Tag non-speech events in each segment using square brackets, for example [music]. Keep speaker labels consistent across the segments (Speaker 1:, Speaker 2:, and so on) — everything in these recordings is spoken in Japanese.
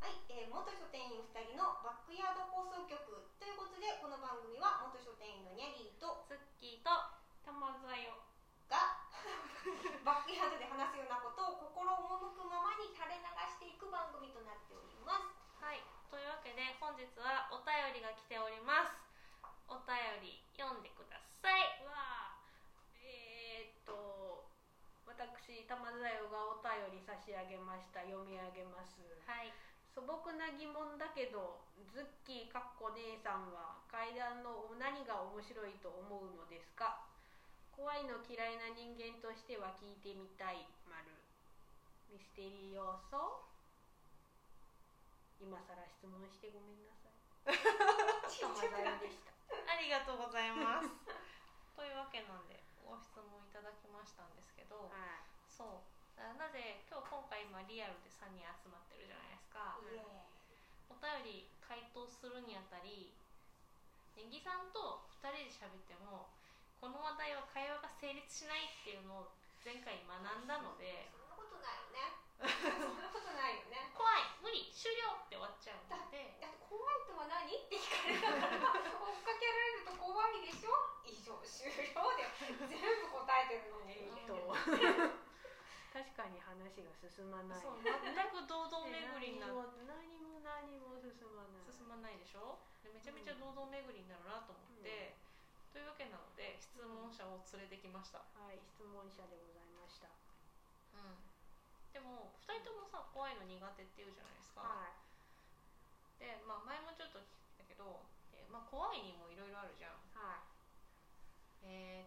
Speaker 1: 元書店員2人のバックヤード放送局ということでこの番組は元書店員のニャリーと [laughs]
Speaker 2: ツッキーと玉座よ
Speaker 1: がバックヤードで話すようなことを心赴くままに垂れ流していく番組となっております
Speaker 2: はいというわけで本日はお便りが来ておりますお便り読んでくださいわあえー、っと私玉座よがお便り差し上げました読み上げます
Speaker 3: はい、
Speaker 2: 素朴な疑問だけどズッキーかっこ姉さんは階段の何が面白いと思うのですか怖いの嫌いな人間としては聞いてみたい丸ミステリー要素今更質問してごめんなさい
Speaker 1: ちっ
Speaker 2: 玉
Speaker 1: ちゃくな
Speaker 2: 沢
Speaker 1: って
Speaker 2: で
Speaker 1: き
Speaker 2: した
Speaker 3: ありがとうございます。 [laughs] というわけなんでご質問いただきましたんですけど、
Speaker 2: はい
Speaker 3: そうあなぜ今日今回今リアルで3人集まってるじゃないですか
Speaker 1: た。イエーイ
Speaker 3: お便り回答するにあたりネギさんと2人で喋ってもこの話題は会話が成立しないっていうのを前回学んだので
Speaker 1: そんなことないよねそ
Speaker 3: [laughs]
Speaker 1: んなことないよね
Speaker 3: 怖い無理終了って終わっちゃうので
Speaker 1: だって怖いとは何って聞かれたから追っかけられると怖いでしょ以上終了で全部答えてるのに
Speaker 2: えーっと確かに話が進まない
Speaker 3: そう全く堂々巡りにな
Speaker 2: 何
Speaker 3: る
Speaker 2: も何も何も進まない
Speaker 3: 進まないでしょでめちゃめちゃ堂々巡りになるなと思って、というわけなので質問者を連れてきました、
Speaker 2: はい質問者でございました
Speaker 3: うんでも2人ともさ怖いの苦手って言うじゃないですか、
Speaker 2: はい
Speaker 3: で、まあ、前もちょっと聞いたけど、えまあ、怖いにもいろいろあるじゃん
Speaker 2: はい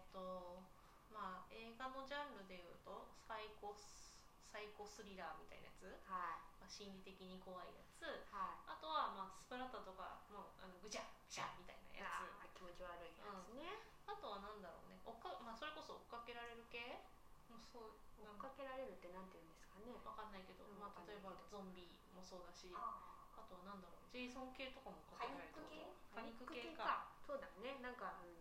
Speaker 3: えっ、とまあ映画のジャンルでいうとサイコスサイコスリラーみたいなやつ、
Speaker 2: は
Speaker 3: まあ、心理的に怖いやつ
Speaker 2: いはい
Speaker 3: あとは、まあ、スプラッタとかもうあのぐちゃぐちゃみたいなやつ
Speaker 2: あー気持ち悪いやつね、
Speaker 3: あとは何だろうね追っか、まあ、それこそ追っかけられる系もうそう
Speaker 2: 追
Speaker 3: なん
Speaker 2: っか
Speaker 3: か
Speaker 2: けられるってなんて言うんですかね
Speaker 3: 分かんないけど、
Speaker 2: うん
Speaker 3: ま
Speaker 2: わ
Speaker 3: あ、
Speaker 2: かんな
Speaker 3: 例え
Speaker 2: いけ
Speaker 3: ば
Speaker 2: ど
Speaker 3: ゾンビもそうだしあ
Speaker 1: あ
Speaker 3: とは何だろうジェイソン系とかも追
Speaker 1: パ
Speaker 3: っかけ
Speaker 1: ニ
Speaker 3: ら
Speaker 1: ッ
Speaker 3: れる
Speaker 1: ク系
Speaker 3: ってことパニック系か
Speaker 2: パそうだねなんか、うん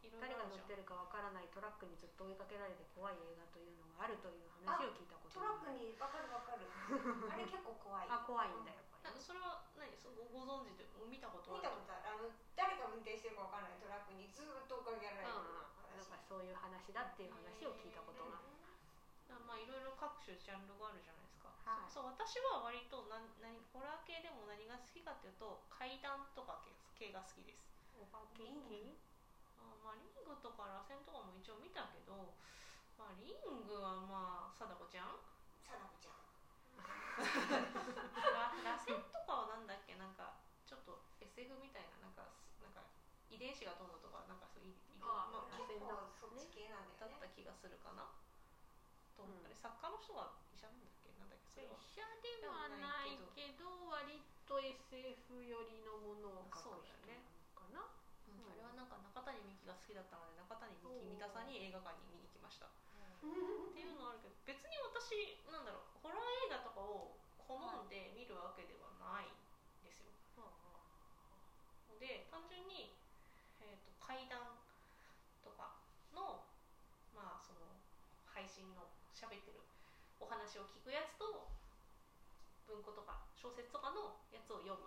Speaker 3: いろい
Speaker 2: 誰
Speaker 3: ろあ
Speaker 2: が
Speaker 3: るじ
Speaker 2: 乗っ
Speaker 3: ゃん
Speaker 2: てるかわからないトラックにずっと追いかけられて怖い映画というのがあるという話を聞いたこと
Speaker 1: トラック
Speaker 2: に
Speaker 1: にわかるわかるあれ結構怖い
Speaker 3: [laughs]
Speaker 2: あ怖いんだよこ
Speaker 3: な
Speaker 2: れ
Speaker 3: んかそれは何そごご存知で見たこと
Speaker 1: 見
Speaker 3: あ
Speaker 1: たこ
Speaker 3: る
Speaker 1: とあるあの誰が運転してるかわからないトラックにずっと追っかけられる
Speaker 2: うんなんかそういう話だっていう話を聞いたことが
Speaker 3: あまあいろいろ各種ジャンルがあるじゃないですか、
Speaker 2: はい
Speaker 3: そう私は割とな何ホラー系でも何が好きかっていうと怪談とか系系が好きです
Speaker 2: お化け
Speaker 1: リング
Speaker 3: あまあリングとか螺旋とかも一応見たけど、まあ、リングはまあ貞子ちゃん [laughs]
Speaker 1: さなこちゃん
Speaker 3: ら螺旋とかはなんだっけなんかちょっと SF みたいななんかすなんか遺伝子がどうのとかなんかそういういい
Speaker 2: あ
Speaker 3: まあ、
Speaker 1: 結構そっち系なんだ
Speaker 3: だっ
Speaker 1: よね
Speaker 3: た気がするかな、と
Speaker 2: うん
Speaker 3: あれ作家の人が医者なんだっけなんだっけそれは
Speaker 2: 者ではないけど割と SF 寄りのものを書く人なのかな
Speaker 3: うんあれはなんか中谷美紀が好きだったので中谷美紀
Speaker 2: おー
Speaker 3: 三田さんに映画館に見に行きましたっ
Speaker 1: うん
Speaker 3: ていうのはあるけど別に私なんだろうホラー映画とかを好んで見るわけではないんですよ、で単純に、えー、と怪談とかのまあその配信の喋ってるお話を聞くやつと文庫とか小説とかのやつを読む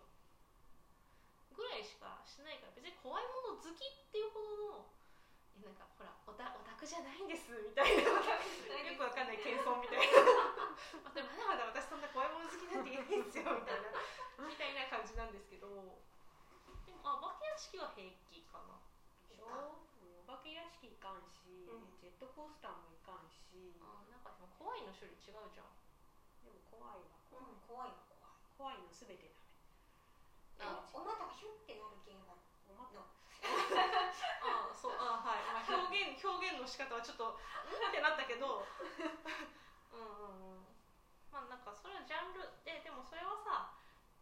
Speaker 3: ぐらいしかしないから別に怖いもの好きっていうほどのえなんかほらオタオタクじゃないんですみたいなよくわかんない謙遜みた [laughs] いなまだまだ私そんな怖いもの好きなんていないんですよみたいなみたいな感じなんですけどでもあお化け屋敷は平気かな
Speaker 2: でしょお化け屋敷いかんし、
Speaker 1: うん
Speaker 2: ジェットコースターもいかんし、
Speaker 3: あなんかでも怖いの種類違うじゃん
Speaker 2: でも怖いわ
Speaker 1: う
Speaker 2: 怖い
Speaker 1: ん怖いよ怖い
Speaker 2: 怖いのすべてダメ
Speaker 3: あ
Speaker 1: お股がヒュッてなる系が
Speaker 2: おま
Speaker 1: の
Speaker 3: あそうあはい、まあ、表現表現の仕方はちょっとうんってなったけどうんうんうんまあなんかそれはジャンルででもそれはさ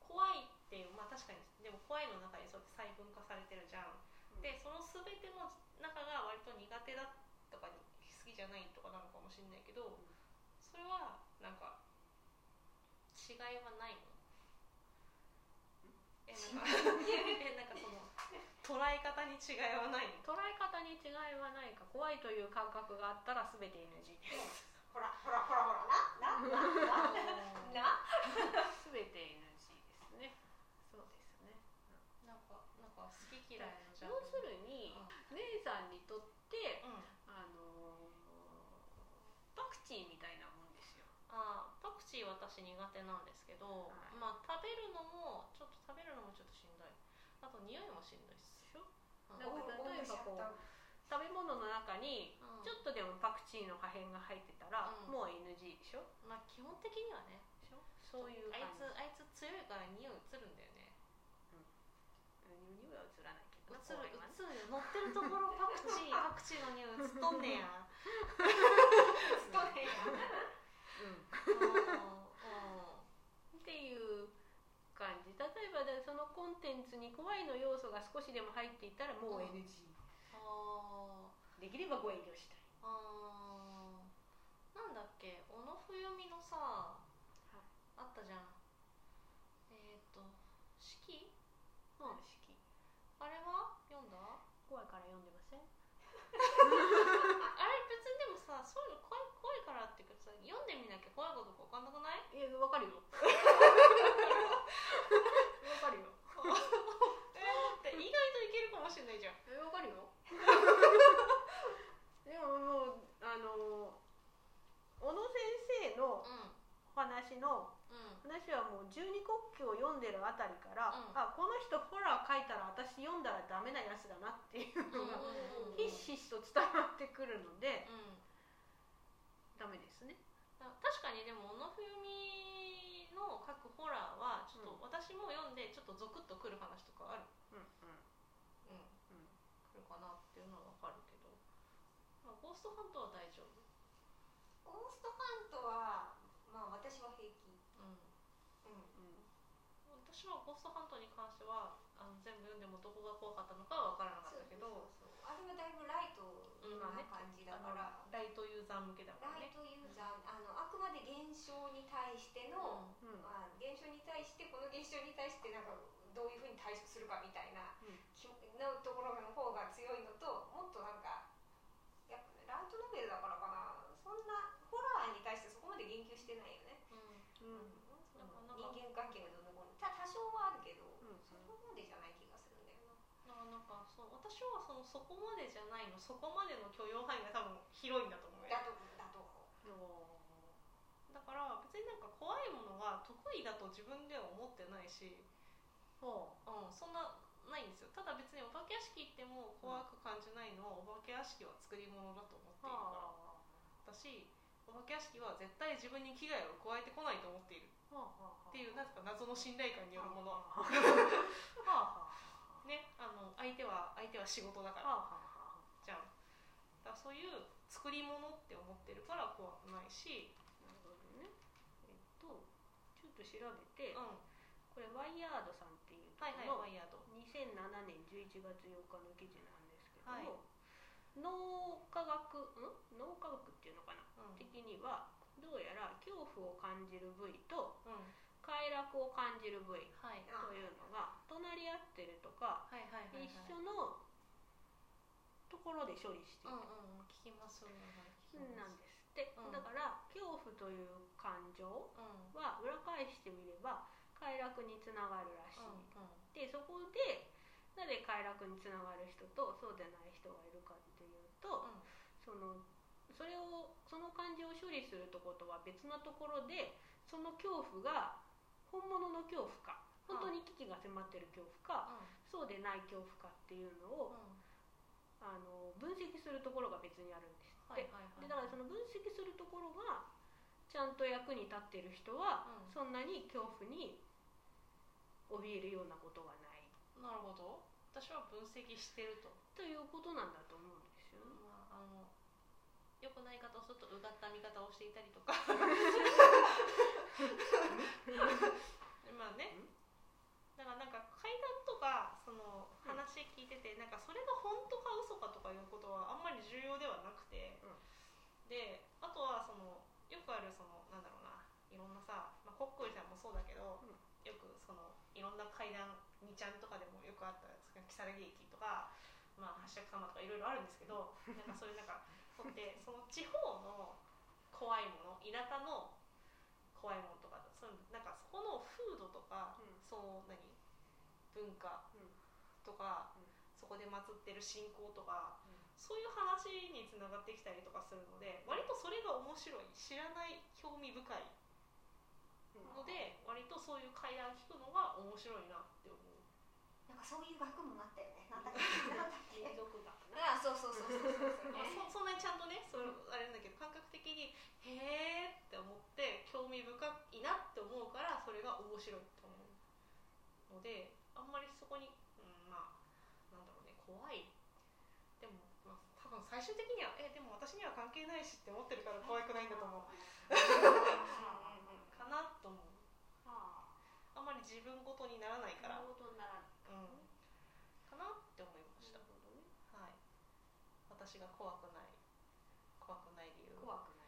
Speaker 3: 怖いっていうまあ確かにでも怖いの中にそうやって細分化されてるじゃん、
Speaker 2: うん
Speaker 3: でその全ての中が割と苦手だとかに好きじゃないとかなのかもしれないけど、
Speaker 2: ん
Speaker 3: それはなんか違いはないのえなんかえなんか [laughs] その捉え方に違いはないの
Speaker 2: 捉え方に違いはないか怖いという感覚があったら全て NG
Speaker 1: ほらほらほらほらななななな
Speaker 2: 全て NG ですね
Speaker 3: し私苦手なんですけど、
Speaker 2: はい
Speaker 3: まあ食べるのもちょっと食べるのもちょっとしんどいあと匂いもしんどいっす
Speaker 2: しょ
Speaker 3: うん
Speaker 2: なんか
Speaker 1: お
Speaker 2: 例えばこ
Speaker 1: お
Speaker 2: う食べ物の中に
Speaker 3: うん
Speaker 2: ちょっとでもパクチーの破片が入ってたら、
Speaker 3: うん
Speaker 2: もう NG でしょ
Speaker 3: まあ基本的にはね
Speaker 2: でしょそういう
Speaker 3: あい
Speaker 2: 感
Speaker 3: つ
Speaker 2: じ
Speaker 3: あいつ強いから匂い移るんだよね
Speaker 2: うん匂いは映らないけ
Speaker 3: 移る
Speaker 2: どな公園はね
Speaker 3: 移る乗ってるところパクチーパクチーの匂い移っ
Speaker 2: [laughs]
Speaker 3: とんねや [laughs]
Speaker 1: ストレート
Speaker 2: うん
Speaker 3: う
Speaker 2: っていう感じ例えばでそのコンテンツに怖いの要素が少しでも入っていたらもう NG、
Speaker 3: んうんあー
Speaker 2: できればご遠慮したい
Speaker 3: あーなんだっけ小野冬美のさ、
Speaker 2: い
Speaker 3: あったじゃんえっ、ー、と「四季
Speaker 2: うん式」
Speaker 3: あれは読んだ
Speaker 2: 怖いから読んでません
Speaker 3: ああれ別にでもさそういうの怖い怖いからっていうかさ読んでみなきゃ怖いことか分かんなくない
Speaker 2: いやわかるよわかるよ
Speaker 3: だって意外といけるかもしれないじゃん
Speaker 2: えわかるよでももうあの小野先生の
Speaker 3: うん
Speaker 2: お話の
Speaker 3: うん
Speaker 2: 話はもう十二国旗を読んでるあたりから、
Speaker 3: うん
Speaker 2: あこの人ホラー書いたら私読んだらダメなやつだなっていうのが、
Speaker 1: うん
Speaker 2: [laughs] ひしひしと伝わってくるので
Speaker 3: うん
Speaker 2: ダメですね
Speaker 3: あ確かにでも小野冬美の書くホラーはちょっと私も読んでちょっとゾクッとくる話とかある
Speaker 2: うんう
Speaker 3: う
Speaker 2: ん
Speaker 3: ん
Speaker 2: うん
Speaker 3: 来るかなっていうのは分かるけど、まあ、ゴーストハントは大丈夫、
Speaker 1: ゴーストハントはまあ私は平気
Speaker 3: うん、
Speaker 1: うん
Speaker 2: う
Speaker 3: 私はゴーストハントに関してはあの全部読んでもどこが怖かったのかは分からなかったけど
Speaker 1: そうあれはだいぶライトな感じだから、
Speaker 3: あのライトユーザー向けだから
Speaker 1: ライ
Speaker 3: ね
Speaker 1: トユーザーあのあくまで現象に対しての、
Speaker 3: うん
Speaker 2: んうん
Speaker 1: まあ、現象に対してこの現象に対してなんかどういうふうに対処するかみたいな、
Speaker 2: うん
Speaker 1: きのところの方が強いのともっとなんかやっぱライトノベルだからかなそんなホラーに対してそこまで言及してないよね、
Speaker 3: うん
Speaker 2: うん
Speaker 1: その人間関係がどうのこうのた多少はあるけど、
Speaker 2: ん
Speaker 1: そこまでじゃない気がするんだよな
Speaker 3: だからなんかそう私はそのそこまでじゃないのそこまでの許容範囲が多分広いんだと思うよ
Speaker 1: だとだと
Speaker 3: だから別になんか怖いものが得意だと自分では思ってないし、
Speaker 2: ほ
Speaker 3: うん、そんなないんですよただ別にお化け屋敷行っても怖く感じないのはお化け屋敷は作り物だと思ってい
Speaker 2: う
Speaker 3: るから、
Speaker 2: は
Speaker 3: だしお化け屋敷は絶対自分に危害を加えてこないと思っているっ
Speaker 2: あはあはあ
Speaker 3: ていうなんか謎の信頼感によるもの
Speaker 2: はあはあは
Speaker 3: ねあの相手は相手は仕事だ
Speaker 2: あ
Speaker 3: から
Speaker 2: はあはあ
Speaker 3: じゃんだからそういう作り物って思ってるから怖くないし、
Speaker 2: なるほどねえっとちょっと調べて、
Speaker 3: うん、
Speaker 2: これワイヤードさんっていうとこ
Speaker 3: はいはい
Speaker 2: ろ
Speaker 3: ワ
Speaker 2: の
Speaker 3: イヤード
Speaker 2: 2007年11月8日の記事なんですけど
Speaker 3: はい
Speaker 2: も、脳科学ん脳科学っていうのかな
Speaker 3: うん
Speaker 2: 的にはどうやら恐怖を感じる部位と
Speaker 3: うん
Speaker 2: 快楽を感じる部位
Speaker 3: はい
Speaker 1: あ
Speaker 2: というのが隣り合ってると
Speaker 3: は
Speaker 2: か
Speaker 3: いはいはい、はい、
Speaker 2: 一緒のところで処理して
Speaker 3: う
Speaker 2: いく
Speaker 3: んうん聞きますそういうのはい聞き
Speaker 2: な
Speaker 3: ま
Speaker 2: ん
Speaker 3: す
Speaker 2: ですって、
Speaker 3: うん
Speaker 2: だから恐怖という感情
Speaker 3: うん
Speaker 2: は裏返してみれば快楽につながるらしい、
Speaker 3: うんうん
Speaker 2: でそこでなぜ快楽につながる人とそうじゃない人がいるかっていうと、
Speaker 3: うん
Speaker 2: そのそれをその感情を処理するとことは別なところでその恐怖が本物の恐怖か本当に危機が迫ってる恐怖か、そうでない恐怖かっていうの
Speaker 3: うん
Speaker 2: を、あの分析するところが別にあるんですっ
Speaker 3: は
Speaker 2: て
Speaker 3: い、はいはい
Speaker 2: でだからその分析するところがちゃんと役に立ってる人は、
Speaker 3: うん
Speaker 2: そんなに恐怖に怯えるようなことがない
Speaker 3: なるほど私は分析してると、
Speaker 2: ということなんだと思うんですよね。
Speaker 3: まあ、あの良くない言い方をするとうがった見方をしていたりとか [laughs] まあね
Speaker 2: うん
Speaker 3: だからなんか階段とかその
Speaker 2: うん
Speaker 3: 話聞いてて、なんかそれが本当か嘘かとかいうことはあんまり重要ではなくて、
Speaker 2: うん
Speaker 3: であとはそのよくあるそのなんだろうないろんなさ、まあ、コッコリさんもそうだけど、
Speaker 2: うん
Speaker 3: よくそのいろんな階段2ちゃんとかでもよくあった木更木駅とか、まあ、八尺様とかいろいろあるんですけ
Speaker 2: [laughs]
Speaker 3: どなんかそういうなんかとってその地方の怖いもの田舎の怖いものとかそういうなんかそこの風土とか、
Speaker 2: うん
Speaker 3: その何文化
Speaker 2: うん
Speaker 3: とか、
Speaker 2: うん
Speaker 3: そこで祀ってる信仰とか、
Speaker 2: うん
Speaker 3: そういう話につながってきたりとかするので割とそれが面白い知らない興味深いので割とそういう怪談聞くのが面白いなって思う
Speaker 1: なんかそういう学問があったよねなんだっけなんだっ
Speaker 3: 民
Speaker 1: け
Speaker 3: 族学な、
Speaker 1: [laughs] あそうそうそうそうそうそう、
Speaker 3: まあ、
Speaker 1: [laughs] ね、
Speaker 3: そそんなにちゃんとねそれあれなんだけど感覚的にへえって思って興味深いなって思うからそれが面白いと思うのであんまりそこに、うん、まあなんだろうね怖いでも、まあ、多分最終的にはえでも私には関係ないしって思ってるから怖くないんだと思うかなと思うあんまり自分ごとにならないから、うん、かなって思いました、はい私が怖くない怖くない理由
Speaker 1: 怖くない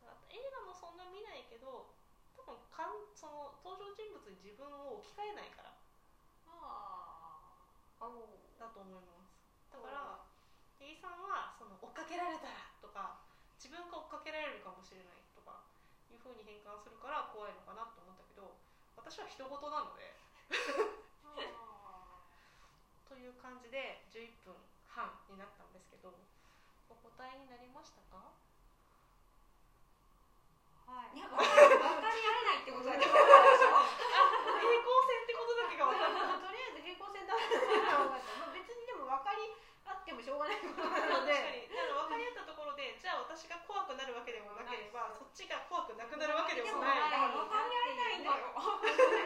Speaker 3: だから映画もそんな見ないけど多分かんその登場人物に自分を置き換えないから
Speaker 1: ああ
Speaker 3: だと思いますだからリーさんはその追っかけられたらとか自分が追っかけられるかもしれないとかいう風に変換するから怖いのかなと思ったけど私は人事なのでという感じで11分半になったんですけどお答えになりましたか
Speaker 1: いや分かり分かり合え [laughs] ないってことだ [laughs] けどと
Speaker 3: [laughs] 平行線ってことだけが分かる
Speaker 2: りあえず平行線だった別にでも分かりあってもしょうがないことなの
Speaker 3: 確か
Speaker 2: で
Speaker 3: にだから分かり合ったところでじゃあ私が怖くなるわけでもなければそっちが怖くなくなるわけでも
Speaker 1: でも
Speaker 3: ない
Speaker 1: ない
Speaker 3: だ
Speaker 1: 分かり合えないんだよ